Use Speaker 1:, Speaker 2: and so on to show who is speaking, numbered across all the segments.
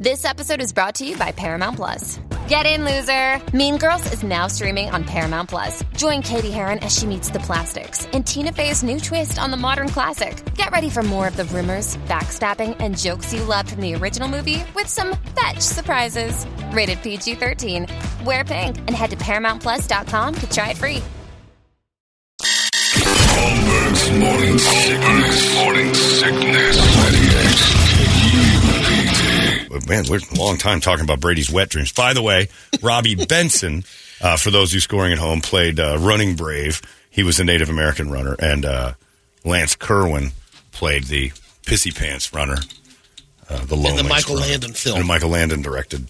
Speaker 1: This episode is brought to you by Paramount Plus. Get in, loser! Mean Girls is now streaming on Paramount Plus. Join Katie Heron as she meets the plastics and Tina Fey's new twist on the modern classic. Get ready for more of the rumors, backstabbing, and jokes you loved from the original movie with some fetch surprises. Rated PG 13. Wear pink and head to ParamountPlus.com to try it free.
Speaker 2: Holmberg's morning sickness. Morning sickness.
Speaker 3: But man, we're a long time talking about Brady's wet dreams. By the way, Robbie Benson, uh, for those who scoring at home, played uh, running brave. He was a Native American runner, and uh, Lance Kerwin played the pissy pants runner, uh, the loneliest
Speaker 4: Michael
Speaker 3: runner.
Speaker 4: Landon film.
Speaker 3: and a Michael Landon directed,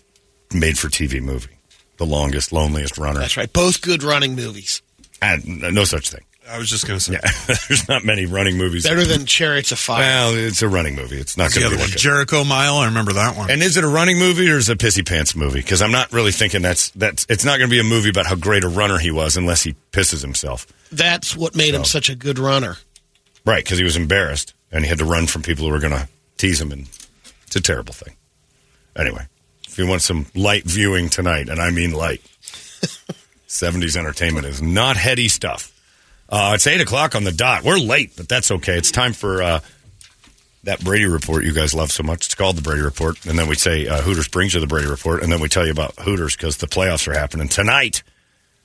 Speaker 3: made for TV movie, the longest, loneliest runner.
Speaker 4: That's right. Both good running movies.
Speaker 3: And uh, no such thing.
Speaker 5: I was just going to say.
Speaker 3: Yeah, there's not many running movies.
Speaker 4: Better than Chariots of Fire.
Speaker 3: well, it's a running movie. It's not
Speaker 5: The
Speaker 3: going
Speaker 5: other
Speaker 3: to be
Speaker 5: one,
Speaker 3: like a-
Speaker 5: Jericho Mile. I remember that one.
Speaker 3: And is it a running movie or is it a pissy pants movie? Because I'm not really thinking that's that's. It's not going to be a movie about how great a runner he was unless he pisses himself,
Speaker 4: That's what made him such a good runner.
Speaker 3: right? Because he was embarrassed and he had to run from people who were going to tease him, and it's a terrible thing. Anyway, if you want some light viewing tonight, and I mean light, 70s entertainment is not heady stuff. Uh, it's eight o'clock on the dot. We're late, but that's okay. It's time for. Uh, that Brady report you guys love so much. It's called the Brady report. And then we say uh, Hooters brings you the Brady report. And then we tell you about Hooters because the playoffs are happening tonight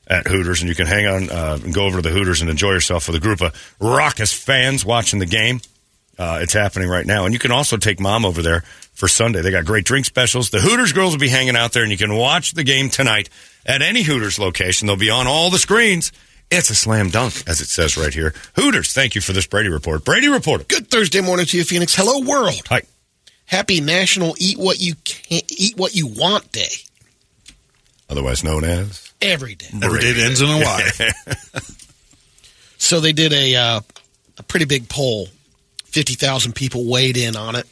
Speaker 3: at Hooters. And you can hang on uh, and go over to the Hooters and enjoy yourself with a group of raucous fans watching the game. Uh, it's happening right now. And you can also take mom over there for Sunday. They got great drink specials. The Hooters girls will be hanging out there and you can watch the game tonight at any Hooters location. They'll be on all the screens. It's a slam dunk, as it says right here. Hooters, thank you for this Brady report. Brady report.
Speaker 4: Good Thursday morning to you, Phoenix. Hello, world.
Speaker 3: Hi.
Speaker 4: Happy National Eat What You Can Eat What You Want Day.
Speaker 3: otherwise known as.
Speaker 4: Every day.
Speaker 5: Never did ends in a Y.
Speaker 4: So they did a uh, a pretty big poll. Fifty thousand people weighed in on it,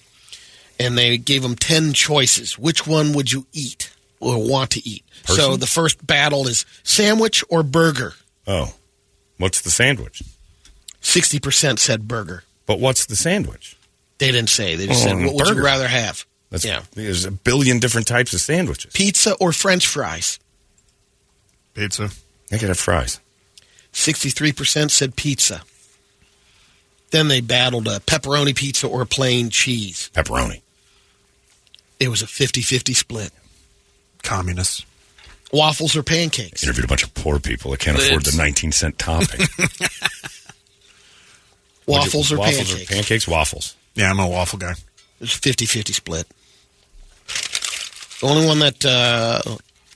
Speaker 4: and they gave them ten choices. Which one would you eat or want to eat? So the first battle is sandwich or burger.
Speaker 3: Oh, what's the sandwich?
Speaker 4: Sixty percent said burger.
Speaker 3: But what's the sandwich?
Speaker 4: They didn't say. They just
Speaker 3: Oh,
Speaker 4: said, "What would
Speaker 3: burger.
Speaker 4: you rather have?"
Speaker 3: That's,
Speaker 4: yeah,
Speaker 3: There's a billion different types of sandwiches.
Speaker 4: pizza or French fries.
Speaker 5: Pizza.
Speaker 3: They could have fries.
Speaker 4: Sixty-three percent said pizza. Then they battled a pepperoni pizza or plain cheese.
Speaker 3: Pepperoni.
Speaker 4: It was a 50-50 split.
Speaker 5: Communists.
Speaker 4: Waffles or pancakes.
Speaker 3: Interviewed a bunch of poor people that can't afford the 19 cent topping.
Speaker 4: Waffles or
Speaker 3: waffles
Speaker 4: pancakes.
Speaker 3: or pancakes? Waffles.
Speaker 5: Yeah, I'm a waffle guy.
Speaker 4: It's 50 50 split. The only one that uh,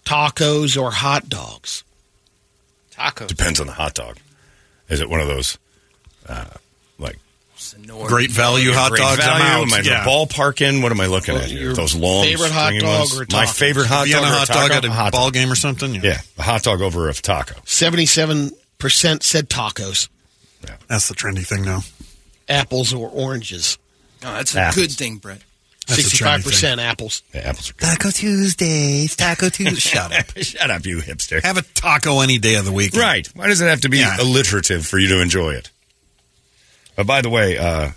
Speaker 4: tacos or hot dogs. Tacos.
Speaker 3: Depends on the hot dog. Is it one of those, uh, like,
Speaker 5: Great value hot
Speaker 3: great
Speaker 5: dogs.
Speaker 3: value?
Speaker 5: I'm
Speaker 3: Am I
Speaker 5: out.
Speaker 3: in the
Speaker 5: Yeah.
Speaker 3: ballpark in? What am I looking
Speaker 4: Well,
Speaker 3: at here?
Speaker 4: your
Speaker 3: Those long,
Speaker 4: favorite hot
Speaker 3: stringy
Speaker 4: dog
Speaker 3: ones?
Speaker 4: or
Speaker 3: My
Speaker 4: taco?
Speaker 3: favorite hot
Speaker 5: Vienna
Speaker 3: dog, or
Speaker 5: hot dog at a
Speaker 3: hot
Speaker 5: ball
Speaker 3: dog.
Speaker 5: game or something. Yeah.
Speaker 3: Yeah, a hot dog over a taco.
Speaker 4: 77% said tacos,
Speaker 5: that's the trendy thing now.
Speaker 4: apples or oranges.
Speaker 6: No, Oh, that's a
Speaker 3: Apples.
Speaker 6: good thing, Brett.
Speaker 5: That's a trendy
Speaker 4: 65% apples.
Speaker 3: Yeah, apples are good.
Speaker 5: Taco Tuesday, Taco Tuesday. Shut up.
Speaker 3: Shut up, you hipster.
Speaker 5: Have a taco any day of the week.
Speaker 3: Right. Why does it have to be
Speaker 5: Yeah.
Speaker 3: alliterative for you to enjoy it? Uh, by the way, uh,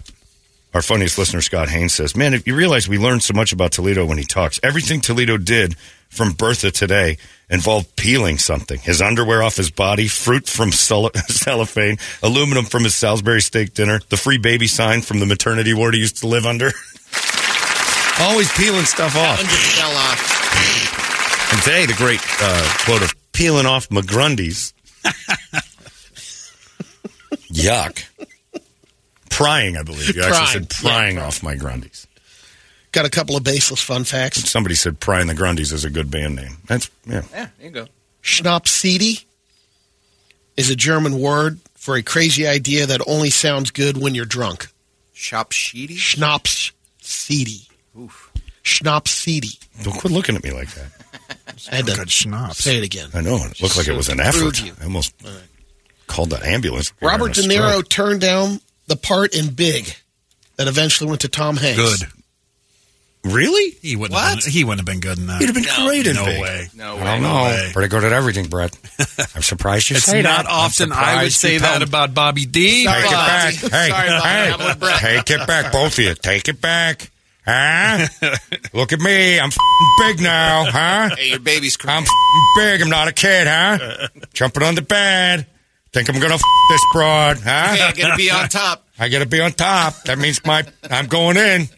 Speaker 3: our funniest listener, Scott Haynes, says, Man, if you realize we learned so much about Toledo when he talks, everything Toledo did from Bertha today involved peeling something his underwear off his body, fruit from cell- cellophane, aluminum from his Salisbury steak dinner, the free baby sign from the maternity ward he used to live under. Always peeling stuff off.
Speaker 4: One just fell off.
Speaker 3: And today, the great uh, quote of peeling off McGrundy's. Yuck. Prying, I believe. You actually
Speaker 4: Prying.
Speaker 3: said prying off my Grundies.
Speaker 4: Got a couple of baseless fun facts.
Speaker 3: Somebody said prying the Grundies is a good band name. That's, yeah.
Speaker 6: Yeah, there you go.
Speaker 4: Schnapsidi is a German word for a crazy idea that only sounds good when you're drunk.
Speaker 6: Shop sheety.
Speaker 4: Schnapsidi. Schnapsidi.
Speaker 3: Don't quit looking at me like that.
Speaker 4: I had to
Speaker 5: Good schnapps.
Speaker 4: say it again.
Speaker 3: I know. and It looked like it was an
Speaker 4: To prove
Speaker 3: effort.
Speaker 4: you.
Speaker 3: I almost called that ambulance.
Speaker 4: Robert De
Speaker 3: You're having a
Speaker 4: Niro
Speaker 3: stroke.
Speaker 4: turned down the part in Big that eventually went to Tom Hanks.
Speaker 5: Good.
Speaker 3: Really?
Speaker 5: He wouldn't. Have been, he wouldn't have been good in that.
Speaker 3: He'd have been great in
Speaker 5: no
Speaker 3: Big.
Speaker 5: way.
Speaker 6: No
Speaker 3: I
Speaker 6: way.
Speaker 3: don't know.
Speaker 5: way.
Speaker 3: Pretty good at everything, Brett. I'm surprised you
Speaker 5: It's
Speaker 3: say
Speaker 5: not
Speaker 3: that. I'm
Speaker 5: often I would
Speaker 3: surprised
Speaker 5: say
Speaker 3: you
Speaker 5: that
Speaker 3: don't.
Speaker 5: about Bobby D.
Speaker 3: Take it
Speaker 5: but-
Speaker 3: back. Hey,
Speaker 6: Sorry, Bobby,
Speaker 3: hey,
Speaker 6: I'm with Brett.
Speaker 3: take it back, both of you. Take it back. Huh? Look at me. I'm f***ing big now, huh?
Speaker 6: Hey, your baby's
Speaker 3: I'm
Speaker 6: crying.
Speaker 3: f***ing big. I'm not a kid, huh? Jumping on the bed. Think I'm gonna f- this broad,
Speaker 6: Hey, I
Speaker 3: huh?
Speaker 6: gotta be on top.
Speaker 3: I gotta be on top. That means my I'm going in.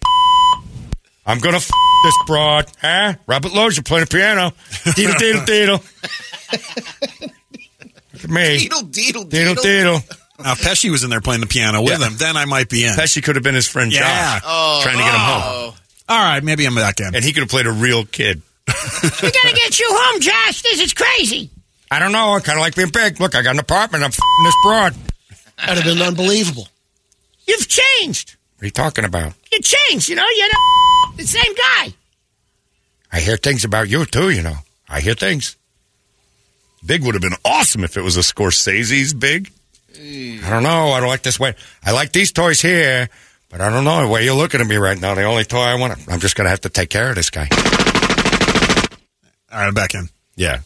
Speaker 3: I'm gonna f- this broad, huh? Robert Lozier playing the piano. Deedle deedle deedle. Look at me.
Speaker 6: Deedle, deedle,
Speaker 3: Deedle
Speaker 6: deedle.
Speaker 3: deedle.
Speaker 5: Now, if Pesci was in there playing the piano with
Speaker 3: Yeah.
Speaker 5: him. Then I might be in.
Speaker 3: Pesci could have been his friend
Speaker 5: Yeah.
Speaker 3: Josh, trying to get him home,
Speaker 6: Oh,
Speaker 5: All right, maybe I'm back in.
Speaker 3: and he could have played a real kid.
Speaker 7: We gotta get you home, Josh. This is crazy.
Speaker 3: I don't know. I kind of like being big. Look, I got an apartment. I'm f***ing this broad. What
Speaker 4: That'd have been unbelievable.
Speaker 7: You've changed.
Speaker 3: are you talking about?
Speaker 7: You changed, you know. You're not the same guy.
Speaker 3: I hear things about you too. You know, I hear things. Big would have been awesome if it was a Scorsese's big. I don't know. I don't like this way. I like these toys here, but I don't know the way you're looking at me right now. The only toy I want. I'm just gonna have to take care of this guy.
Speaker 5: All right, I'm back in.
Speaker 3: Yeah,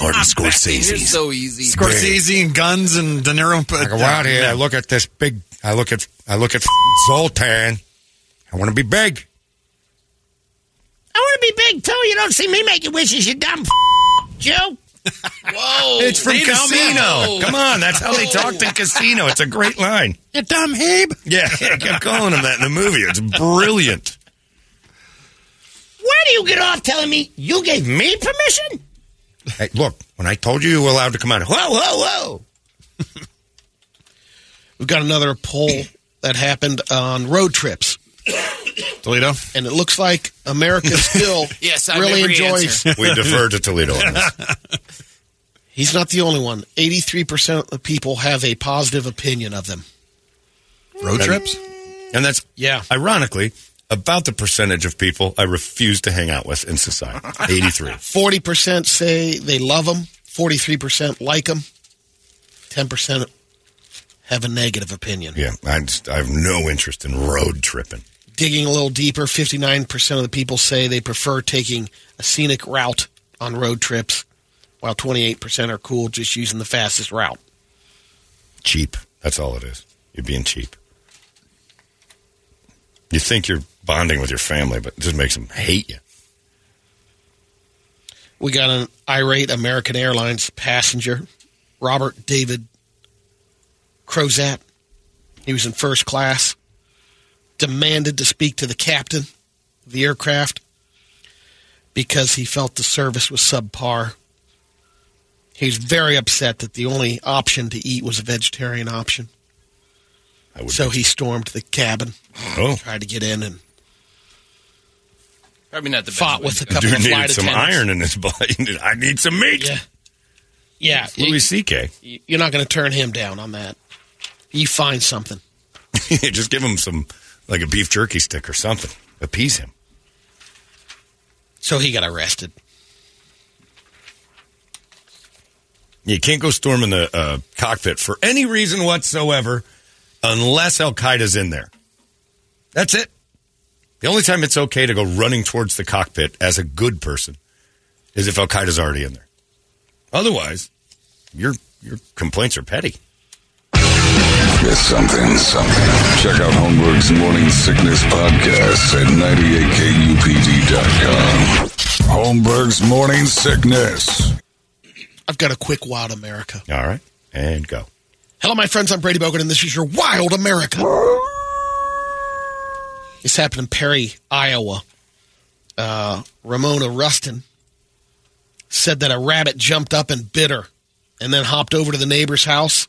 Speaker 3: Martin
Speaker 6: you're so easy.
Speaker 5: Scorsese and guns and uh, De Niro.
Speaker 3: I go out here. I look at this big. I look at. I look at Zoltan. I want to be big.
Speaker 7: I want to be big too. You don't see me making wishes, you dumb Joe.
Speaker 6: Whoa.
Speaker 3: It's from
Speaker 5: Data
Speaker 3: Casino.
Speaker 6: Center.
Speaker 3: Come on, that's how they talked in Casino. It's a great line.
Speaker 5: You dumb Hebe.
Speaker 3: Yeah, I kept calling him that in the movie. It's brilliant.
Speaker 7: Where do you get off telling me you gave me permission?
Speaker 3: Hey, look, when I told you you were allowed to come out, whoa, whoa, whoa.
Speaker 4: We've got another poll that happened on road trips,
Speaker 5: Toledo.
Speaker 4: and it looks like America still
Speaker 6: Yes, I
Speaker 4: really
Speaker 6: remember the
Speaker 4: enjoys.
Speaker 3: We defer to Toledo on this.
Speaker 4: He's not the only one. Eighty-three percent of the people have a positive opinion of them.
Speaker 5: Road trips.
Speaker 3: And that's,
Speaker 4: Yeah.
Speaker 3: ironically, about the percentage of people I refuse to hang out with in society 83.
Speaker 4: Forty percent say they love them. Forty-three percent like them. Ten percent have a negative opinion.
Speaker 3: Yeah, I, just, I have no interest in road tripping.
Speaker 4: Digging a little deeper, fifty-nine percent of the people say they prefer taking a scenic route on road trips, while twenty-eight percent are cool just using the fastest route.
Speaker 3: Cheap. That's all it is. You're being cheap. You think you're bonding with your family, but it just makes them hate you.
Speaker 4: We got an irate American Airlines passenger, Robert David Crozat. He was in first class, demanded to speak to the captain of the aircraft because he felt the service was subpar. He was very upset that the only option to eat was a vegetarian option.
Speaker 3: I would
Speaker 4: So
Speaker 3: be-
Speaker 4: he stormed the cabin,
Speaker 3: oh,
Speaker 4: tried to get in, and
Speaker 6: Probably not the best
Speaker 4: fought
Speaker 6: way
Speaker 4: with
Speaker 6: to
Speaker 4: a
Speaker 6: go.
Speaker 4: couple
Speaker 3: dude
Speaker 4: of flight
Speaker 3: needed some
Speaker 4: attendants.
Speaker 3: iron in his body. He needed- I need some meat.
Speaker 4: Yeah. Yeah.
Speaker 3: Louis C.K.
Speaker 4: you- you're not going to turn him down on that. You find something.
Speaker 3: Just give him some, like a beef jerky stick or something. Appease him.
Speaker 4: So he got arrested.
Speaker 3: You can't go storming the uh, cockpit for any reason whatsoever unless Al Qaeda's in there. That's it. The only time it's okay to go running towards the cockpit as a good person is if Al Qaeda's already in there. Otherwise, your your complaints are petty.
Speaker 2: It's something, something. Check out Homeburg's Morning Sickness Podcast at 98kupd.com. Homeburg's Morning Sickness.
Speaker 4: I've got a quick Wild America.
Speaker 3: All right, and go.
Speaker 4: Hello, my friends. I'm Brady Bogan, and this is your Wild America. This happened in Perry, Iowa. Uh, Ramona Rustin said that a rabbit jumped up and bit her and then hopped over to the neighbor's house.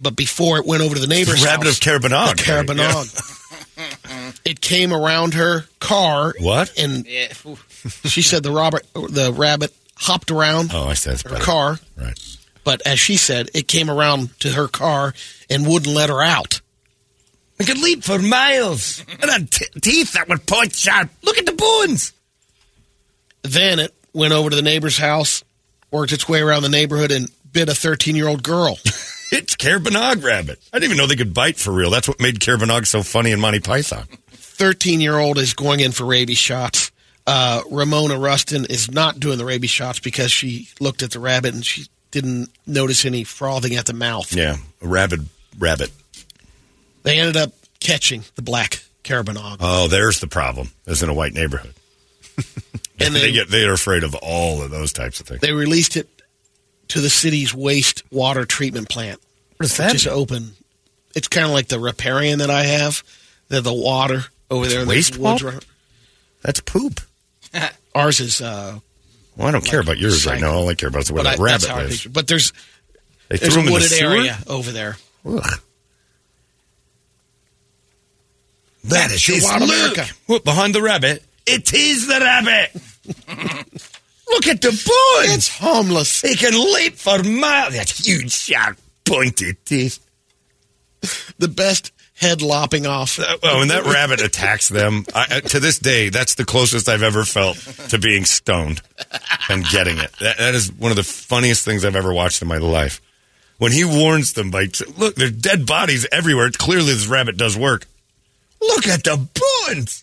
Speaker 4: But before it went over to the neighbor's
Speaker 3: Rabbit
Speaker 4: house,
Speaker 3: of Carabinog.
Speaker 4: the Carabinog, it came around her car.
Speaker 3: What?
Speaker 4: And
Speaker 6: Yeah. Ooh.
Speaker 4: she said the Robert, the rabbit hopped around
Speaker 3: Oh, I said that's
Speaker 4: her
Speaker 3: better.
Speaker 4: car.
Speaker 3: Right.
Speaker 4: But as she said, it came around to her car and wouldn't let her out.
Speaker 3: I could leap for miles. And had teeth that would point sharp. Look at the bones.
Speaker 4: Then it went over to the neighbor's house, worked its way around the neighborhood, and bit a 13 year old girl.
Speaker 3: It's Carbonog rabbit. I didn't even know they could bite for real. That's what made Carbonog so funny in Monty Python.
Speaker 4: 13 year old is going in for rabies shots. Uh, Ramona Rustin is not doing the rabies shots because she looked at the rabbit and she didn't notice any frothing at the mouth.
Speaker 3: Yeah, a rabid rabbit.
Speaker 4: They ended up catching the black carabinog.
Speaker 3: Oh, there's the problem. Is in a white neighborhood,
Speaker 4: and
Speaker 3: they
Speaker 4: then
Speaker 3: get they are afraid of all of those types of things.
Speaker 4: they released it to the city's waste water treatment plant.
Speaker 3: What is
Speaker 4: Just open. It's kind of like the riparian that I have. They're the water over there in
Speaker 3: waste
Speaker 4: the woods.
Speaker 3: water? That's poop.
Speaker 4: Ours is, uh,
Speaker 3: Well, I don't care about yours right now. All I care about is where
Speaker 4: but I,
Speaker 3: that
Speaker 4: that's
Speaker 3: rabbit
Speaker 4: how I
Speaker 3: lives.
Speaker 4: picture. But there's
Speaker 3: They
Speaker 4: there's
Speaker 3: threw
Speaker 4: a
Speaker 3: him in the
Speaker 4: wooded
Speaker 3: sewer?
Speaker 4: area over there.
Speaker 3: Ugh. That is
Speaker 4: your
Speaker 3: his
Speaker 4: wild
Speaker 3: look.
Speaker 4: America.
Speaker 3: Look behind the rabbit. It is the rabbit. look at the boy.
Speaker 4: It's harmless.
Speaker 3: he can leap for miles. That huge, sharp, pointed teeth.
Speaker 4: The best head lopping off.
Speaker 3: Uh, well, when that rabbit attacks them, I, uh, to this day, that's the closest I've ever felt to being stoned and getting it. That, that is one of the funniest things I've ever watched in my life. When he warns them by, look, there's dead bodies everywhere. Clearly, this rabbit does work. Look at the bones.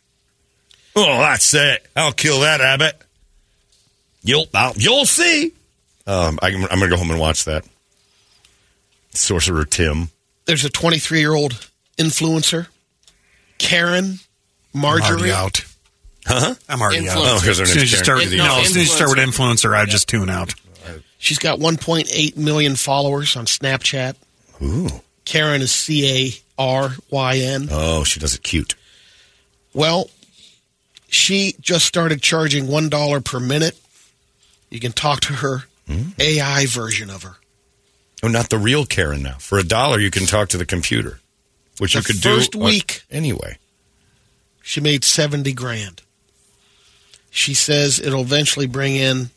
Speaker 3: Oh, that's it. I'll kill that rabbit. You'll, I'll, you'll see. Um, I, I'm going to go home and watch that. Sorcerer Tim.
Speaker 4: There's a 23 year old influencer, Karen
Speaker 5: I'm
Speaker 4: Marjorie.
Speaker 5: already out. Huh? I'm already out.
Speaker 3: Oh, because her
Speaker 5: As soon
Speaker 3: name's
Speaker 5: as you start,
Speaker 3: Karen.
Speaker 5: with,
Speaker 6: No,
Speaker 5: no, as soon as you start with influencer, I just tune out.
Speaker 4: She's got 1.8 million followers on Snapchat.
Speaker 3: Ooh.
Speaker 4: Karen is C A R Y N.
Speaker 3: Oh, she does it cute.
Speaker 4: Well, she just started charging $1 per minute. You can talk to her
Speaker 3: Hmm?
Speaker 4: AI version of her.
Speaker 3: Oh, not the real Karen now. For a dollar, you can talk to the computer, which
Speaker 4: The
Speaker 3: you could
Speaker 4: first
Speaker 3: do uh,
Speaker 4: week.
Speaker 3: anyway.
Speaker 4: She made 70 grand. She says it'll eventually bring in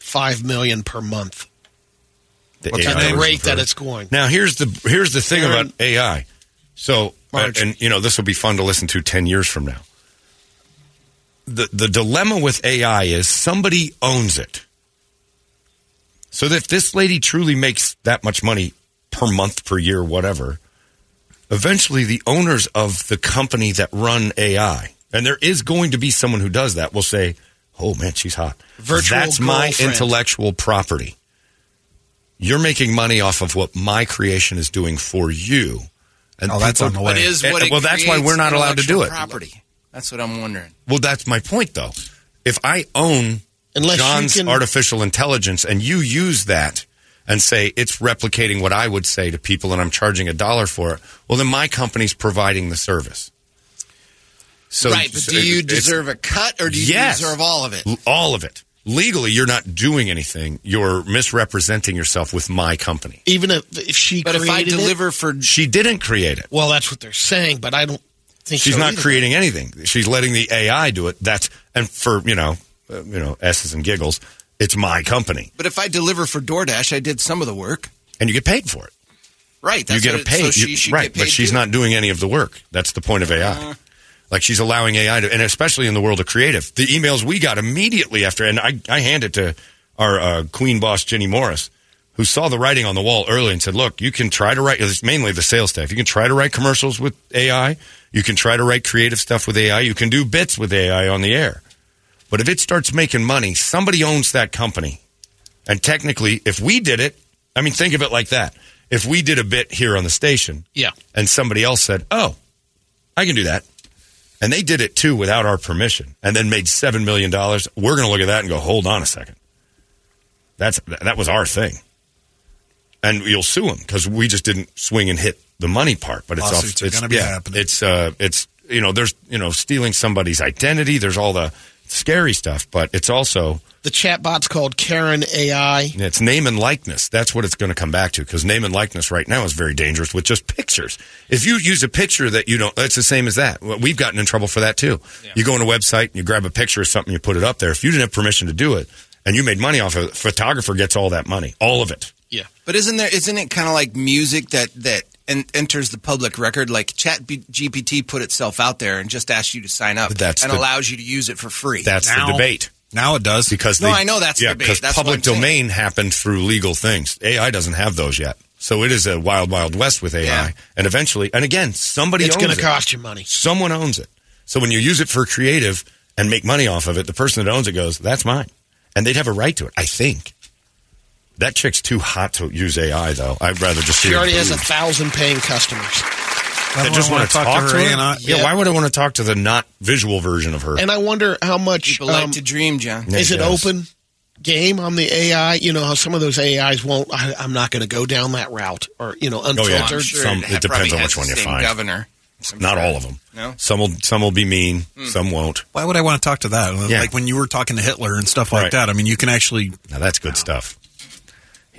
Speaker 4: 5 million per month.
Speaker 3: The
Speaker 4: What's
Speaker 3: AI
Speaker 4: the
Speaker 3: version
Speaker 4: rate
Speaker 3: of
Speaker 4: that
Speaker 3: her.
Speaker 4: it's going?
Speaker 3: Now here's the here's the thing
Speaker 4: Karen-
Speaker 3: about AI. So uh,
Speaker 4: Marge.
Speaker 3: and you know this will be fun to listen to ten years from now. The the dilemma with AI is somebody owns it. So that if this lady truly makes that much money per month, per year, whatever, eventually the owners of the company that run AI, and there is going to be someone who does that, will say, "Oh man, she's hot.
Speaker 4: Virtual
Speaker 3: That's my
Speaker 4: girlfriend.
Speaker 3: intellectual property." you're making money off of what my creation is doing for you. And
Speaker 5: Oh, that's
Speaker 3: people-
Speaker 5: on the way.
Speaker 6: What is
Speaker 3: And-
Speaker 6: what? It
Speaker 3: well, that's why
Speaker 6: creates
Speaker 3: we're not allowed to do
Speaker 6: intellectual
Speaker 3: it.
Speaker 6: Property. That's what I'm wondering.
Speaker 3: Well, that's my point, though. If I own
Speaker 4: Unless you
Speaker 3: John's
Speaker 4: can-
Speaker 3: artificial intelligence and you use that and say it's replicating what I would say to people and I'm charging a dollar for it, well, then my company's providing the service. So,
Speaker 6: right, but
Speaker 3: so
Speaker 6: do you
Speaker 3: it- it's-
Speaker 6: deserve a cut or do you
Speaker 3: Yes.
Speaker 6: deserve all of it?
Speaker 3: L- All of it. Legally, you're not doing anything. You're misrepresenting yourself with my company.
Speaker 4: Even if, if she
Speaker 6: But if I
Speaker 4: created it-
Speaker 6: deliver for
Speaker 3: She didn't create it.
Speaker 4: well, that's what they're saying, but I don't think
Speaker 3: She's
Speaker 4: so
Speaker 3: not
Speaker 4: either.
Speaker 3: creating anything. She's letting the AI do it. That's and for you know, uh, you know, s's and giggles. It's my company,
Speaker 6: But if I deliver for DoorDash, I did some of the work.
Speaker 3: and you get paid for it.
Speaker 6: Right. That's
Speaker 3: you get
Speaker 6: what
Speaker 3: a
Speaker 6: it-
Speaker 3: pay,
Speaker 6: So she
Speaker 3: you-
Speaker 6: should
Speaker 3: right?
Speaker 6: get paid
Speaker 3: but she's
Speaker 6: too. Uh-huh.
Speaker 3: not doing any of the work. That's the point of AI. like she's allowing AI to, and especially in the world of creative, the emails we got immediately after, and I, I hand it to our uh, queen boss Jenny Morris, who saw the writing on the wall early and said, "Look, you can try to write. It's mainly the sales staff. You can try to write commercials with AI. You can try to write creative stuff with AI. You can do bits with AI on the air." But if it starts making money, somebody owns that company. And technically, if we did it, I mean, think of it like that. If we did a bit here on the station
Speaker 4: Yeah.
Speaker 3: and somebody else said, oh, I can do that. And they did it too without our permission and then made $7 million, we're going to look at that and go, hold on a second. That's, that was our thing. And you'll sue them because we just didn't swing and hit the money part. But it's,
Speaker 5: Lawsuits
Speaker 3: off,
Speaker 5: are
Speaker 3: it's
Speaker 5: gonna be
Speaker 3: yeah,
Speaker 5: happening.
Speaker 3: It's, uh, it's, you know, there's, you know, stealing somebody's identity. There's all the scary stuff, but it's also,
Speaker 4: The chatbot's called Karen AI.
Speaker 3: yeah, It's name and likeness. That's what it's going to come back to because name and likeness right now is very dangerous with just pictures. If you use a picture that you don't, that's the same as that. Well, We've gotten in trouble for that too. You go on a website and you grab a picture of something, you put it up there. If you didn't have permission to do it and you made money off of it, photographer gets all that money, all of it.
Speaker 4: Yeah.
Speaker 6: But isn't there? Isn't it kind of like music that that en- enters the public record? Like Chat B- GPT put itself out there and just asked you to sign up
Speaker 3: But that's
Speaker 6: and
Speaker 3: the-
Speaker 6: allows you to use it for free.
Speaker 3: That's
Speaker 5: Now-
Speaker 3: the debate
Speaker 5: Now it does
Speaker 3: because
Speaker 6: No,
Speaker 3: they-
Speaker 6: I know that's the
Speaker 3: yeah
Speaker 6: debate.
Speaker 3: because
Speaker 6: That's what
Speaker 3: public
Speaker 6: I'm saying.
Speaker 3: domain happened through legal things. AI doesn't have those yet. So it is a wild, wild west with AI.
Speaker 6: Yeah.
Speaker 3: And eventually, and again, somebody
Speaker 4: It's
Speaker 3: owns
Speaker 4: going to
Speaker 3: it.
Speaker 4: cost you money.
Speaker 3: Someone owns it. So when you use it for creative and make money off of it, the person that owns it goes, that's mine. And they'd have a right to it, I think. That chick's too hot to use AI, though. I'd rather just see
Speaker 4: She
Speaker 3: her
Speaker 4: already has a
Speaker 3: boobs.
Speaker 4: thousand paying customers,
Speaker 3: I just
Speaker 5: wanna
Speaker 3: want to talk, to her.
Speaker 5: and I-
Speaker 3: yeah.
Speaker 4: Yeah.
Speaker 3: why would I want to talk to the not visual version of her?
Speaker 4: and I wonder how much
Speaker 6: People like
Speaker 4: um,
Speaker 6: to dream, John.
Speaker 3: Yeah,
Speaker 4: is it
Speaker 3: yes.
Speaker 4: open game on the AI? You know how some of those AIs won't. I, I'm not going to go down that route, or you know,
Speaker 3: yeah.
Speaker 4: unfiltered.
Speaker 3: I'm sure Some- it
Speaker 6: ha-
Speaker 3: depends
Speaker 6: probably
Speaker 3: on
Speaker 6: has
Speaker 3: which
Speaker 6: the
Speaker 3: one you
Speaker 6: same
Speaker 3: find.
Speaker 6: Governor. I'm
Speaker 3: not
Speaker 6: sure.
Speaker 3: all of them.
Speaker 6: No.
Speaker 3: Some will some will be mean,
Speaker 4: Hmm.
Speaker 3: some won't.
Speaker 5: Why would I want to talk to that?
Speaker 3: Yeah.
Speaker 5: Like when you were talking to Hitler and stuff like
Speaker 3: Right.
Speaker 5: that. I mean, you can actually.
Speaker 3: Now that's good stuff.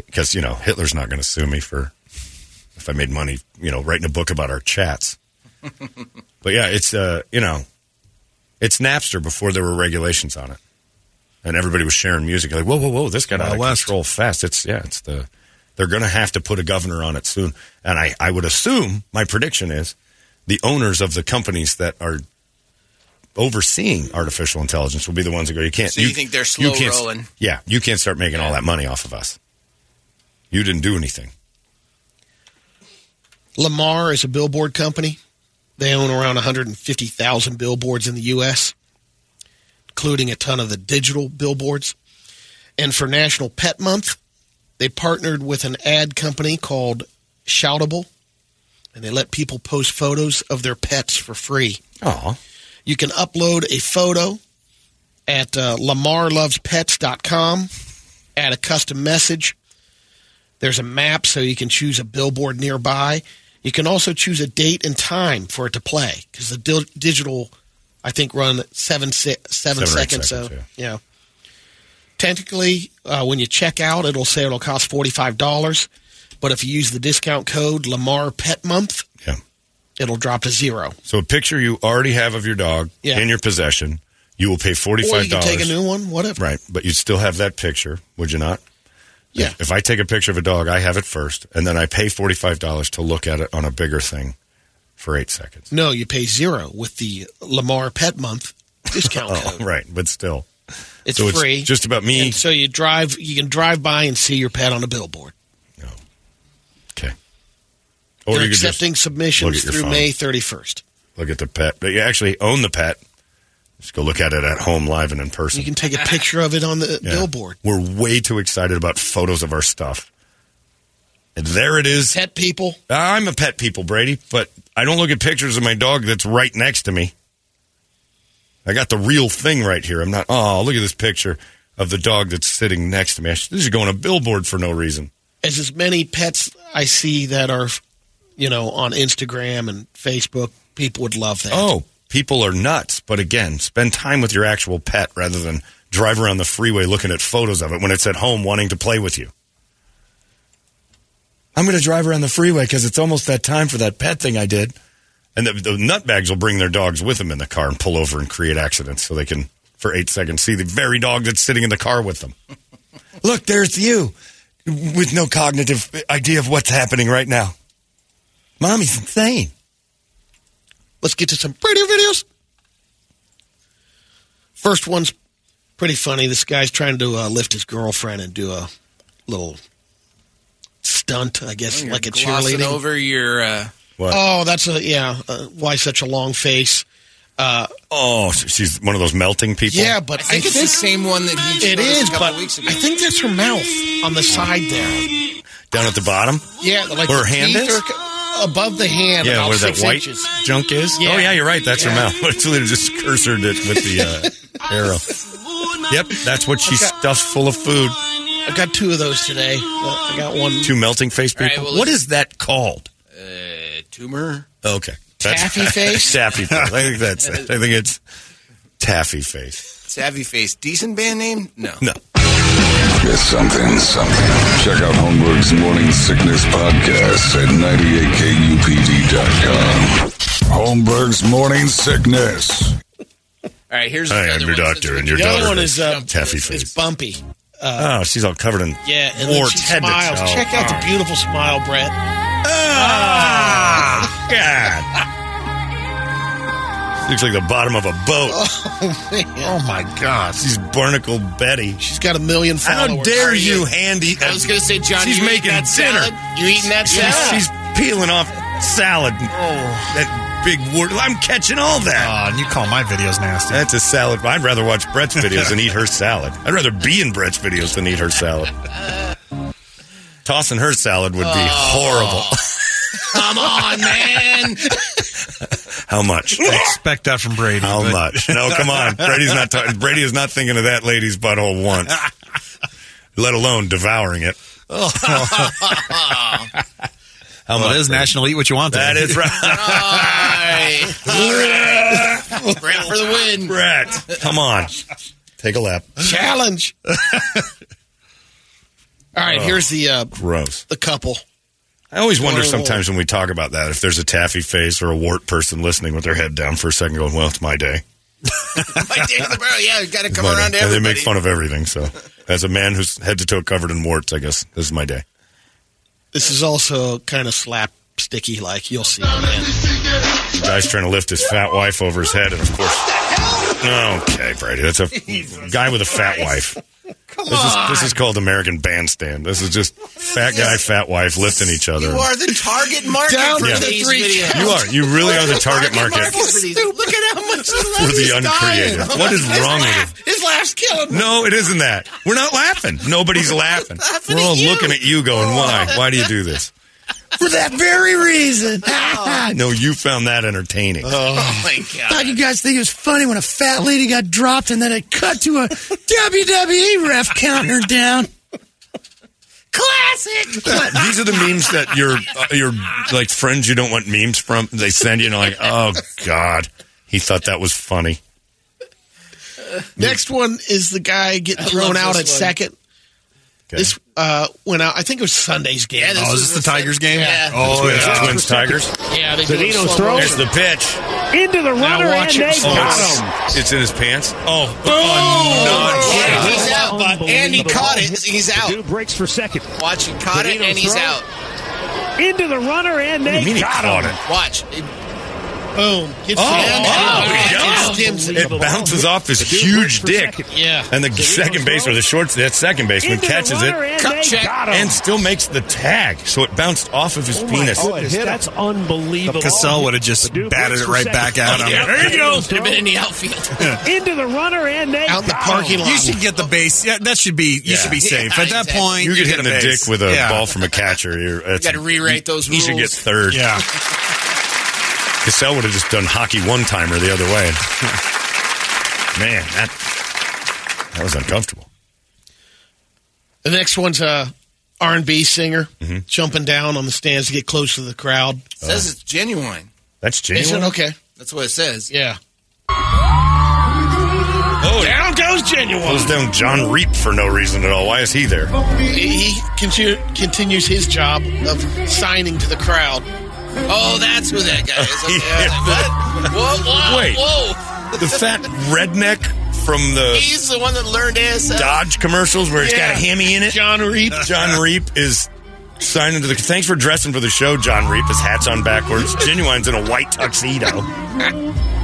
Speaker 3: Because you know Hitler's not going to sue me for if I made money, you know, writing a book about our chats. but yeah, it's uh, you know, it's Napster before there were regulations on it, and everybody was sharing music. Like, whoa, whoa, whoa, this got out of
Speaker 5: Wild West.
Speaker 3: control fast. It's yeah, it's the they're going to have to put a governor on it soon. And I, I would assume my prediction is the owners of the companies that are overseeing artificial intelligence will be the ones that go, you can't.
Speaker 6: So you think they're slow
Speaker 3: can't-
Speaker 6: rolling?
Speaker 3: Yeah, you can't start making all that money off of us. You didn't do anything.
Speaker 4: Lamar is a billboard company. They own around 150,000 billboards in the U.S., including a ton of the digital billboards. And for National Pet Month, they partnered with an ad company called Shoutable, and they let people post photos of their pets for free.
Speaker 3: Oh,
Speaker 4: You can upload a photo at uh, lamarlovespets.com, add a custom message. There's a map so you can choose a billboard nearby. You can also choose a date and time for it to play because the dil- digital, I think, run seven, si-
Speaker 3: Seven
Speaker 4: seven
Speaker 3: or eight
Speaker 4: seconds.
Speaker 3: seconds,
Speaker 4: so, yeah. Technically, uh, when you check out, it'll say it'll cost $45. But if you use the discount code Lamar Pet Month,
Speaker 3: yeah.
Speaker 4: it'll drop to zero.
Speaker 3: So a picture you already have of your dog
Speaker 4: Yeah.
Speaker 3: in your possession, you will pay forty
Speaker 4: Or
Speaker 3: five
Speaker 4: you can
Speaker 3: dollars.
Speaker 4: take a new one, whatever.
Speaker 3: right? But you'd still have that picture, would you not?
Speaker 4: Yeah.
Speaker 3: If, if I take a picture of a dog, I have it first, and then I pay forty five dollars to look at it on a bigger thing for eight seconds.
Speaker 4: No, you pay zero with the Lamar Pet Month discount code.
Speaker 3: Right, but still,
Speaker 4: Oh. It's
Speaker 3: so
Speaker 4: free.
Speaker 3: It's just about me.
Speaker 4: and so you drive, you can drive by and see your pet on a billboard.
Speaker 3: No. Okay. Or
Speaker 4: They're
Speaker 3: you could
Speaker 4: accepting
Speaker 3: look
Speaker 4: submissions
Speaker 3: at your
Speaker 4: through
Speaker 3: phone.
Speaker 4: May 31st.
Speaker 3: just look at the pet, but you actually own the pet. Just go look at it at home, live and in person.
Speaker 4: You can take a picture of it on the
Speaker 3: Yeah.
Speaker 4: billboard.
Speaker 3: We're way too excited about photos of our stuff. And there it is.
Speaker 4: Pet people,
Speaker 3: Uh, I'm a pet people, Brady, but I don't look at pictures of my dog that's right next to me. I got the real thing right here. I'm not, oh, look at this picture of the dog that's sitting next to me. I should- This is going on a billboard for no reason.
Speaker 4: as as many pets I see that are, you know, on Instagram and Facebook, people would love that.
Speaker 3: Oh, people are nuts. But again, spend time with your actual pet rather than drive around the freeway looking at photos of it when it's at home wanting to play with you. I'm going to drive around the freeway because it's almost that time for that pet thing I did. And the, the nutbags will bring their dogs with them in the car and pull over and create accidents so they can, for eight seconds, see the very dog that's sitting in the car with them. Look, there's you with no cognitive idea of what's happening right now. Mommy's insane.
Speaker 4: Let's get to some pretty videos. First one's pretty funny. This guy's trying to uh, lift his girlfriend and do a little stunt, I guess,
Speaker 6: Oh, You're
Speaker 4: like a
Speaker 6: glossing
Speaker 4: cheerleading.
Speaker 6: over your. Uh,
Speaker 3: What?
Speaker 4: Oh, that's a yeah. Uh, why such a long face?
Speaker 3: Oh, so she's one of those melting people.
Speaker 4: Yeah, but
Speaker 6: I think it's the same one that he.
Speaker 4: it
Speaker 6: showed us
Speaker 4: is.
Speaker 6: A couple
Speaker 4: But
Speaker 6: weeks ago.
Speaker 4: I think that's her mouth on the side there.
Speaker 3: down at the bottom.
Speaker 4: Yeah, like
Speaker 3: Where her
Speaker 4: the
Speaker 3: hand
Speaker 4: teeth
Speaker 3: is?
Speaker 4: are c- above the hand.
Speaker 3: Yeah,
Speaker 4: about
Speaker 3: where that
Speaker 4: six
Speaker 3: white
Speaker 4: inches.
Speaker 3: junk is.
Speaker 4: Yeah.
Speaker 3: Oh yeah, you're right. That's her mouth. It's literally just cursored it with the uh, arrow. Yep, that's what she stuffed full of food.
Speaker 4: I got two of those today. Uh, I got one.
Speaker 3: Two melting face people.
Speaker 6: right, well,
Speaker 3: what is that called?
Speaker 6: A tumor.
Speaker 3: Okay,
Speaker 4: Taffy face?
Speaker 3: taffy face. I think that's. It. I think it's taffy face.
Speaker 6: Savvy face. Decent band name? No.
Speaker 3: No,
Speaker 2: It's something, something. Check out Homework's Morning Sickness Podcast at 98kupd.com. Homeburg's Morning Sickness.
Speaker 6: All right. Here's.
Speaker 3: I am
Speaker 6: another
Speaker 3: your
Speaker 6: one.
Speaker 3: doctor,
Speaker 6: Since
Speaker 3: and your
Speaker 4: The other
Speaker 3: daughter
Speaker 4: one
Speaker 3: has
Speaker 4: is uh,
Speaker 3: taffy
Speaker 4: it's,
Speaker 3: face.
Speaker 4: it's bumpy.
Speaker 3: oh, she's all covered in
Speaker 4: Yeah, and then
Speaker 3: warts
Speaker 4: she
Speaker 3: head to
Speaker 4: smiles.
Speaker 3: toe.
Speaker 4: Check out the beautiful smile, Brett.
Speaker 3: Ah, God. Looks like the bottom of a boat.
Speaker 5: Oh my God.
Speaker 3: She's barnacle Betty.
Speaker 4: She's got a million
Speaker 3: How
Speaker 4: followers.
Speaker 3: dare you, Handy?
Speaker 8: I was going to say, John,
Speaker 3: She's
Speaker 8: you
Speaker 3: making
Speaker 8: eating that
Speaker 3: dinner.
Speaker 8: salad? You eating that
Speaker 3: She's,
Speaker 8: salad?
Speaker 3: she's peeling off salad. Oh, that big word. I'm catching all that.
Speaker 5: Uh, and you call my videos nasty.
Speaker 3: That's a salad. I'd rather watch Brett's videos than eat her salad. I'd rather be in Brett's videos than eat her salad. Tossing her salad would be
Speaker 8: Oh.
Speaker 3: horrible.
Speaker 8: Come on, man.
Speaker 3: How much?
Speaker 5: Expect that from Brady.
Speaker 3: How
Speaker 5: but-
Speaker 3: much? No, come on. Brady's not. Ta- Brady is not thinking of that lady's butthole once, let alone devouring it. How
Speaker 5: Well,
Speaker 3: much?
Speaker 5: it is National Eat What You Want. Day.
Speaker 3: That is right,
Speaker 8: Brett for the win.
Speaker 3: Brett. Come on, take a lap.
Speaker 4: Challenge. All right, here's the uh,
Speaker 3: Gross.
Speaker 4: the couple.
Speaker 3: I always wonder
Speaker 4: Horrible.
Speaker 3: sometimes when we talk about that if there's a taffy face or a wart person listening with their head down for a second, going, "Well, it's my day."
Speaker 8: My dick in the barrel. Yeah, got to come
Speaker 3: My
Speaker 8: around
Speaker 3: day.
Speaker 8: to
Speaker 3: and they
Speaker 8: everybody.
Speaker 3: make fun of everything. So, as a man who's head to toe covered in warts, I guess this is my day.
Speaker 4: This is also kind of slapsticky, like you'll see. Man.
Speaker 3: The guy's trying to lift his fat wife over his head, and of course, okay, Brady, that's a guy with a fat wife. Come this is this is called American Bandstand. This is just fat guy, fat wife lifting each other.
Speaker 6: You are the target market
Speaker 4: Down
Speaker 6: for
Speaker 3: to the
Speaker 6: these
Speaker 4: three
Speaker 6: videos.
Speaker 3: You are. You really are the target market
Speaker 6: market for these. Look at how much
Speaker 3: for the uncreative. What is wrong with it?
Speaker 4: His laugh's killing me.
Speaker 3: No, it isn't that. We're not laughing. Nobody's laughing. We're all looking at you going, why? Why do you do this? For that very reason. no, you found that entertaining.
Speaker 8: Oh, my God.
Speaker 9: thought you guys think it was funny when a fat lady got dropped and then it cut to a WWE ref counting her down. Classic.
Speaker 3: These are the memes that your uh, your like friends you don't want memes from. They send you and you're like, oh god, he thought that was funny.
Speaker 4: Next one is the guy getting thrown out at second.
Speaker 3: Okay.
Speaker 4: This uh, went out. I think it was Sunday's game.
Speaker 8: Yeah,
Speaker 5: Oh, is this the Tigers game?
Speaker 8: Yeah.
Speaker 5: Oh,
Speaker 3: Twins,
Speaker 5: yeah.
Speaker 3: Twins, Tigers.
Speaker 4: yeah, they do it slow
Speaker 10: throw.
Speaker 3: There's the pitch.
Speaker 10: Into the runner, and
Speaker 4: watch it.
Speaker 10: they
Speaker 4: Oh,
Speaker 10: got him.
Speaker 3: it's, it's in his pants. Oh, oh
Speaker 8: Yeah, he's out, but and he
Speaker 10: Unbelievable.
Speaker 8: caught it. He's out.
Speaker 10: Dude breaks for second.
Speaker 8: Watch, he caught it,
Speaker 10: Benito's
Speaker 8: and he's
Speaker 10: throw.
Speaker 8: out.
Speaker 10: Into the runner, and
Speaker 3: no!
Speaker 10: they
Speaker 3: I mean, he
Speaker 10: got
Speaker 3: caught
Speaker 10: him.
Speaker 3: it.
Speaker 8: Watch.
Speaker 4: Boom. Gets
Speaker 3: Oh,
Speaker 4: down.
Speaker 3: wow.
Speaker 4: Yeah,
Speaker 3: Yeah.
Speaker 4: skims it.
Speaker 3: It bounces off his
Speaker 10: Dude breaks
Speaker 3: huge
Speaker 10: for
Speaker 3: dick.
Speaker 10: second.
Speaker 4: Yeah.
Speaker 3: And the second baseman, the shorts, that second baseman
Speaker 10: Into the
Speaker 3: catches
Speaker 10: runner,
Speaker 3: it
Speaker 10: and
Speaker 8: Cup
Speaker 10: they
Speaker 8: check.
Speaker 10: got him.
Speaker 3: and still makes the tag. So it bounced off of his
Speaker 10: Oh my
Speaker 3: penis.
Speaker 10: goodness, that's unbelievable.
Speaker 5: Cassell would have just
Speaker 10: Dude
Speaker 5: batted
Speaker 10: breaks
Speaker 5: it
Speaker 10: for
Speaker 5: right
Speaker 10: second.
Speaker 5: back at him.
Speaker 10: There you go.
Speaker 8: Could have been in the outfield.
Speaker 10: Into the runner, and they
Speaker 4: Out in the
Speaker 10: got
Speaker 4: parking
Speaker 10: him.
Speaker 4: lot.
Speaker 5: You should get the base. Yeah, that should be. You
Speaker 3: Yeah.
Speaker 5: should be safe. At that
Speaker 8: exactly.
Speaker 5: point,
Speaker 3: You get hit
Speaker 5: a
Speaker 3: in the
Speaker 5: base.
Speaker 3: dick with a
Speaker 5: Yeah.
Speaker 3: ball from a catcher. You're, you
Speaker 8: gotta rewrite those
Speaker 3: He should get
Speaker 8: rules.
Speaker 3: third.
Speaker 5: Yeah.
Speaker 3: Cassell would have just done hockey one timer the other way. Man, that that was uncomfortable.
Speaker 4: The next one's a R&B singer
Speaker 8: Mm-hmm.
Speaker 4: jumping down on the stands to get close to the crowd.
Speaker 8: It says it's genuine.
Speaker 3: That's
Speaker 4: Is it
Speaker 3: genuine.
Speaker 4: okay?
Speaker 8: That's what it says.
Speaker 4: Yeah.
Speaker 3: Oh, down goes genuine. Goes down John Reap for no reason at all. Why is he there?
Speaker 4: He he continu- continues his job of signing to the crowd.
Speaker 8: Oh, that's who that guy is. Okay, I was like, what? Whoa, whoa,
Speaker 3: Wait.
Speaker 8: whoa.
Speaker 3: The fat redneck from the
Speaker 8: He's the one that learned ASL.
Speaker 3: Dodge commercials where he's got a hammy in it.
Speaker 4: John Reap.
Speaker 3: John Reap is signing to the. Thanks for dressing for the show, John Reap. His hat's on backwards. Genuine's in a white tuxedo.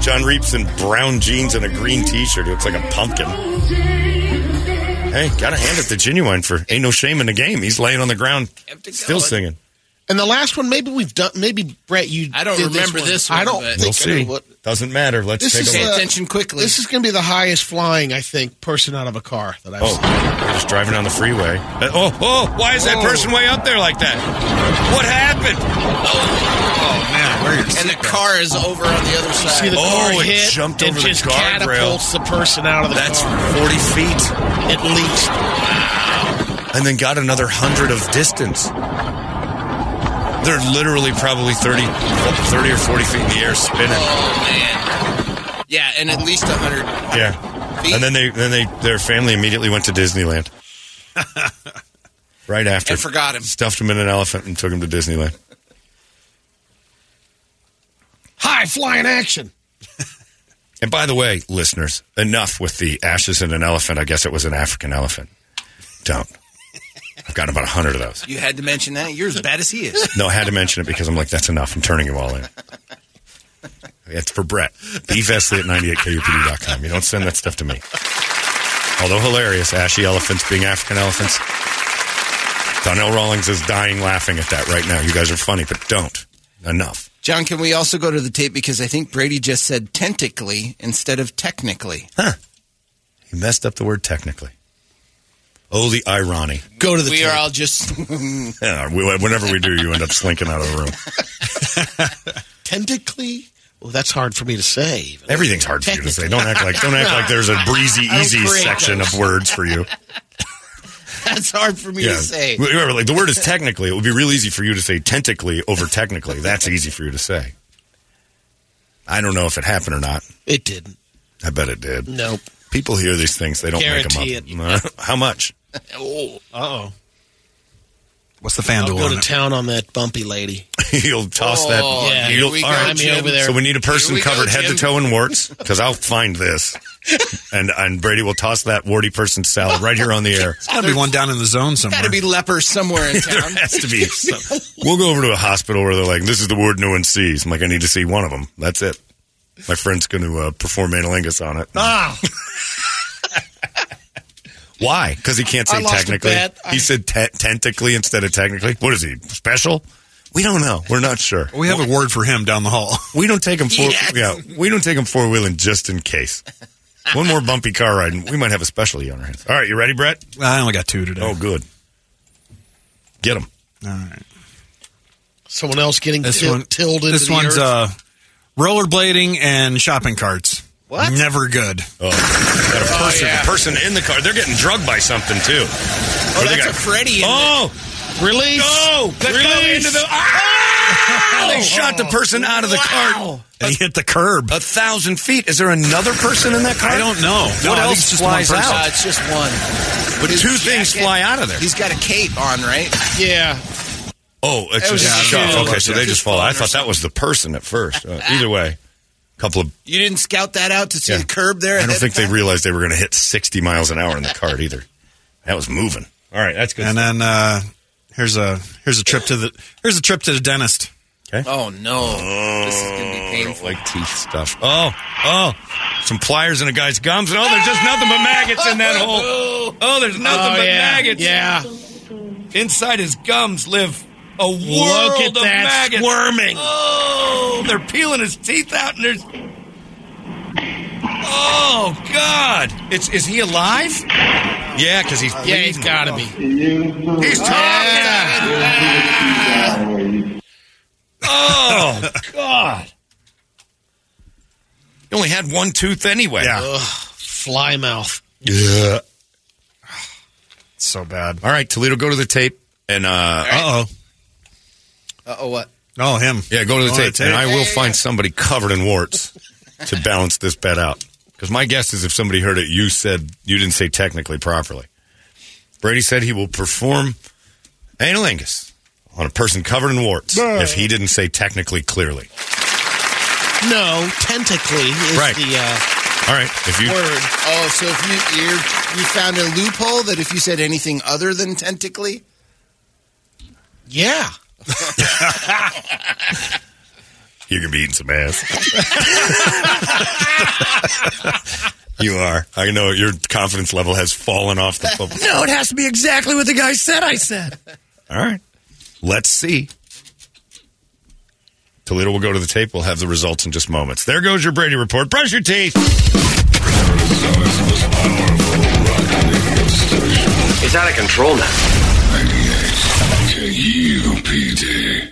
Speaker 3: John Reap's in brown jeans and a green T-shirt. He looks like a pumpkin. Hey, gotta hand it to Genuine for ain't no shame in the game. He's laying on the ground,
Speaker 8: Kept it
Speaker 3: still
Speaker 8: going.
Speaker 3: singing.
Speaker 4: And the last one, maybe we've done. Maybe Brett, you.
Speaker 8: I don't
Speaker 4: did
Speaker 8: remember this one,
Speaker 4: I don't.
Speaker 8: but-
Speaker 4: Think
Speaker 3: We'll
Speaker 4: I
Speaker 3: see.
Speaker 4: know what-
Speaker 3: Doesn't matter. Let's
Speaker 4: This
Speaker 3: take
Speaker 4: is
Speaker 3: a
Speaker 8: Pay
Speaker 3: look.
Speaker 4: uh,
Speaker 8: attention quickly.
Speaker 4: This is going to be the highest flying, I think, person out of a car that I've
Speaker 3: Oh,
Speaker 4: seen.
Speaker 3: we're just driving down the freeway. Uh, oh, oh, why is that person way up there like that? What happened?
Speaker 5: Oh man, where are your
Speaker 8: and the car is over on the other
Speaker 4: See
Speaker 8: side.
Speaker 4: the
Speaker 3: Oh,
Speaker 4: car
Speaker 3: it
Speaker 4: hit
Speaker 3: jumped
Speaker 4: and
Speaker 3: over the
Speaker 4: just
Speaker 3: guardrail.
Speaker 4: catapults the person out of the
Speaker 3: That's
Speaker 4: car.
Speaker 3: 40 feet.
Speaker 4: At least
Speaker 3: and then got another hundred of distance. They're literally probably 30, 30 or 40 feet in the air spinning.
Speaker 8: Yeah, and at least 100.
Speaker 3: Yeah. And then they, then they, their family immediately went to Disneyland. right after.
Speaker 8: And forgot him.
Speaker 3: Stuffed him in an elephant and took him to Disneyland.
Speaker 4: high flying action.
Speaker 3: And by the way, listeners, enough with the ashes in an elephant. I guess it was an African elephant. Don't. I've got about a hundred of those.
Speaker 8: You had to mention that. You're as bad as he is.
Speaker 3: No, I had to mention it because I'm like, that's enough. I'm turning you all in. It's for Brett. BVesley at 98kupd.com. You don't send that stuff to me. Although hilarious, ashy elephants being African elephants. Donnell Rawlings is dying laughing at that right now. You guys are funny, but don't. Enough.
Speaker 6: John, can we also go to the tape because I think Brady just said tentacly instead of technically.
Speaker 3: Huh. He messed up the word technically. Oh, the irony.
Speaker 6: Go to the
Speaker 8: we are all just
Speaker 3: Yeah, we, whenever we do, you end up slinking out of the room.
Speaker 4: Tentacly? Well, that's hard for me to say. even.
Speaker 3: Everything's hard for you to say. Don't act like don't act like there's a breezy,
Speaker 4: I don't
Speaker 3: easy
Speaker 4: create
Speaker 3: section
Speaker 4: those.
Speaker 3: of words for you.
Speaker 6: That's hard for me
Speaker 3: Yeah.
Speaker 6: to say.
Speaker 3: Remember, like the word is technically. It would be real easy for you to say tentacly over technically. That's easy for you to say. I don't know if it happened or not.
Speaker 4: It didn't.
Speaker 3: I bet it did.
Speaker 4: Nope.
Speaker 3: People hear these things. They don't make
Speaker 4: Guarantee
Speaker 3: them up. How much?
Speaker 4: Oh, uh oh.
Speaker 5: What's the
Speaker 4: I'll
Speaker 5: FanDuel
Speaker 4: go
Speaker 5: on
Speaker 4: to
Speaker 5: it?
Speaker 4: town on that bumpy lady.
Speaker 3: You'll toss that.
Speaker 4: Oh, yeah,
Speaker 3: you'll-
Speaker 4: here we go, Jimmy. Over there.
Speaker 3: So we need a person
Speaker 4: Here we go,
Speaker 3: covered head to
Speaker 4: Jim.
Speaker 3: toe in warts because I'll find this, and and Brady will toss that warty person's salad right here on the air.
Speaker 5: There's gotta be one down in the zone somewhere.
Speaker 6: Got to be lepers somewhere in
Speaker 3: there
Speaker 4: Um,
Speaker 6: town.
Speaker 3: has to be. Some. We'll go over to a hospital where they're like, "This is the word no one sees." I'm like, "I need to see one of them. That's it." My friend's going to uh, perform analingus on it. Ah. Why? Because he can't
Speaker 4: I
Speaker 3: say
Speaker 4: lost a
Speaker 3: technically.
Speaker 4: bet. I-
Speaker 3: He said te- tentacally instead of technically. What is he special? We don't know. We're not sure.
Speaker 5: we have a word for him down the hall.
Speaker 3: We don't take him four.
Speaker 5: Yes.
Speaker 3: Yeah, we don't take him four wheeling just in case. One more bumpy car ride, and we might have a specialty on our hands. All right, you ready, Brett?
Speaker 5: I only got two today.
Speaker 3: Oh, good. Get him.
Speaker 5: All right.
Speaker 4: Someone else getting
Speaker 5: This
Speaker 4: til-
Speaker 5: one.
Speaker 4: tilled into
Speaker 5: This
Speaker 4: the
Speaker 5: one's
Speaker 4: earth.
Speaker 5: uh, rollerblading and shopping carts.
Speaker 4: What?
Speaker 5: Never good.
Speaker 3: Got a person, person in the car. They're getting drugged by something too. Oh,
Speaker 6: that's a Freddy in
Speaker 3: Oh,
Speaker 4: Release.
Speaker 3: go! Let go into the.
Speaker 9: Oh,
Speaker 3: Ah! They shot the person out of the car.
Speaker 5: And he hit the curb.
Speaker 3: A thousand feet. Is there another person in that car?
Speaker 5: I don't know. No, I
Speaker 3: What
Speaker 5: think
Speaker 3: else
Speaker 5: it's just
Speaker 3: flies
Speaker 5: one
Speaker 3: out?
Speaker 5: person.
Speaker 6: Uh, it's just one.
Speaker 3: But
Speaker 6: His
Speaker 3: two things
Speaker 6: jacket.
Speaker 3: fly out of there.
Speaker 6: He's got a cape on, right?
Speaker 4: Yeah.
Speaker 3: Oh, it's
Speaker 6: was
Speaker 3: just
Speaker 6: just
Speaker 3: shot.
Speaker 6: shield.
Speaker 3: Okay, so
Speaker 6: Yeah.
Speaker 3: they just fall. I
Speaker 6: Just
Speaker 3: thought that was the person at first. Uh, either way, a couple of.
Speaker 6: You didn't scout that out to see
Speaker 3: Yeah.
Speaker 6: the curb there.
Speaker 3: I don't think they realized they were going to hit 60 miles an hour in the cart either. That was moving. All right, that's good.
Speaker 5: And then uh, here's a here's a trip to the here's a trip to the dentist.
Speaker 6: Oh no! this is gonna be
Speaker 3: Oh, I don't
Speaker 6: painful.
Speaker 3: like teeth stuff. Oh, oh, some pliers in a guy's gums, and oh, there's just nothing but maggots in that hole. Oh, there's nothing
Speaker 4: Oh,
Speaker 3: but
Speaker 4: yeah.
Speaker 3: maggots.
Speaker 4: Yeah.
Speaker 3: Inside his gums live a world
Speaker 4: Look at
Speaker 3: of
Speaker 4: that
Speaker 3: maggots.
Speaker 4: squirming.
Speaker 3: Oh, they're peeling his teeth out, and there's. Oh God! It's is he alive? Yeah, because he's
Speaker 4: Yeah, he's
Speaker 3: bleeding.
Speaker 4: got to be.
Speaker 3: He's talking. Oh God! He only had one tooth anyway.
Speaker 5: Yeah,
Speaker 4: Fly mouth.
Speaker 3: Yeah.
Speaker 5: so bad.
Speaker 3: All right, Toledo, go to the tape and uh,
Speaker 5: Uh oh.
Speaker 6: Uh oh, what?
Speaker 5: Oh him.
Speaker 3: yeah, go to the
Speaker 5: Go to
Speaker 3: tape,
Speaker 5: the tape.
Speaker 3: and I will find somebody covered in warts to balance this bet out. Because my guess is, if somebody heard it, you said you didn't say technically properly. Brady said he will perform analingus on a person covered in warts if he didn't say technically clearly.
Speaker 4: No, tentacly is
Speaker 3: Right.
Speaker 4: the uh,
Speaker 3: All right, if you
Speaker 4: word.
Speaker 6: Oh, so if you you're, you found a loophole that if you said anything other than tentacly,
Speaker 4: Yeah.
Speaker 3: You're gonna be eating some ass. you are. I know your confidence level has fallen off the football.
Speaker 9: No, it has to be exactly what the guy said I said.
Speaker 3: All right. Let's see. Toledo will go to the tape. We'll have the results in just moments. There goes your Brady report. Brush your teeth.
Speaker 11: It's out of control now.
Speaker 2: KUPD.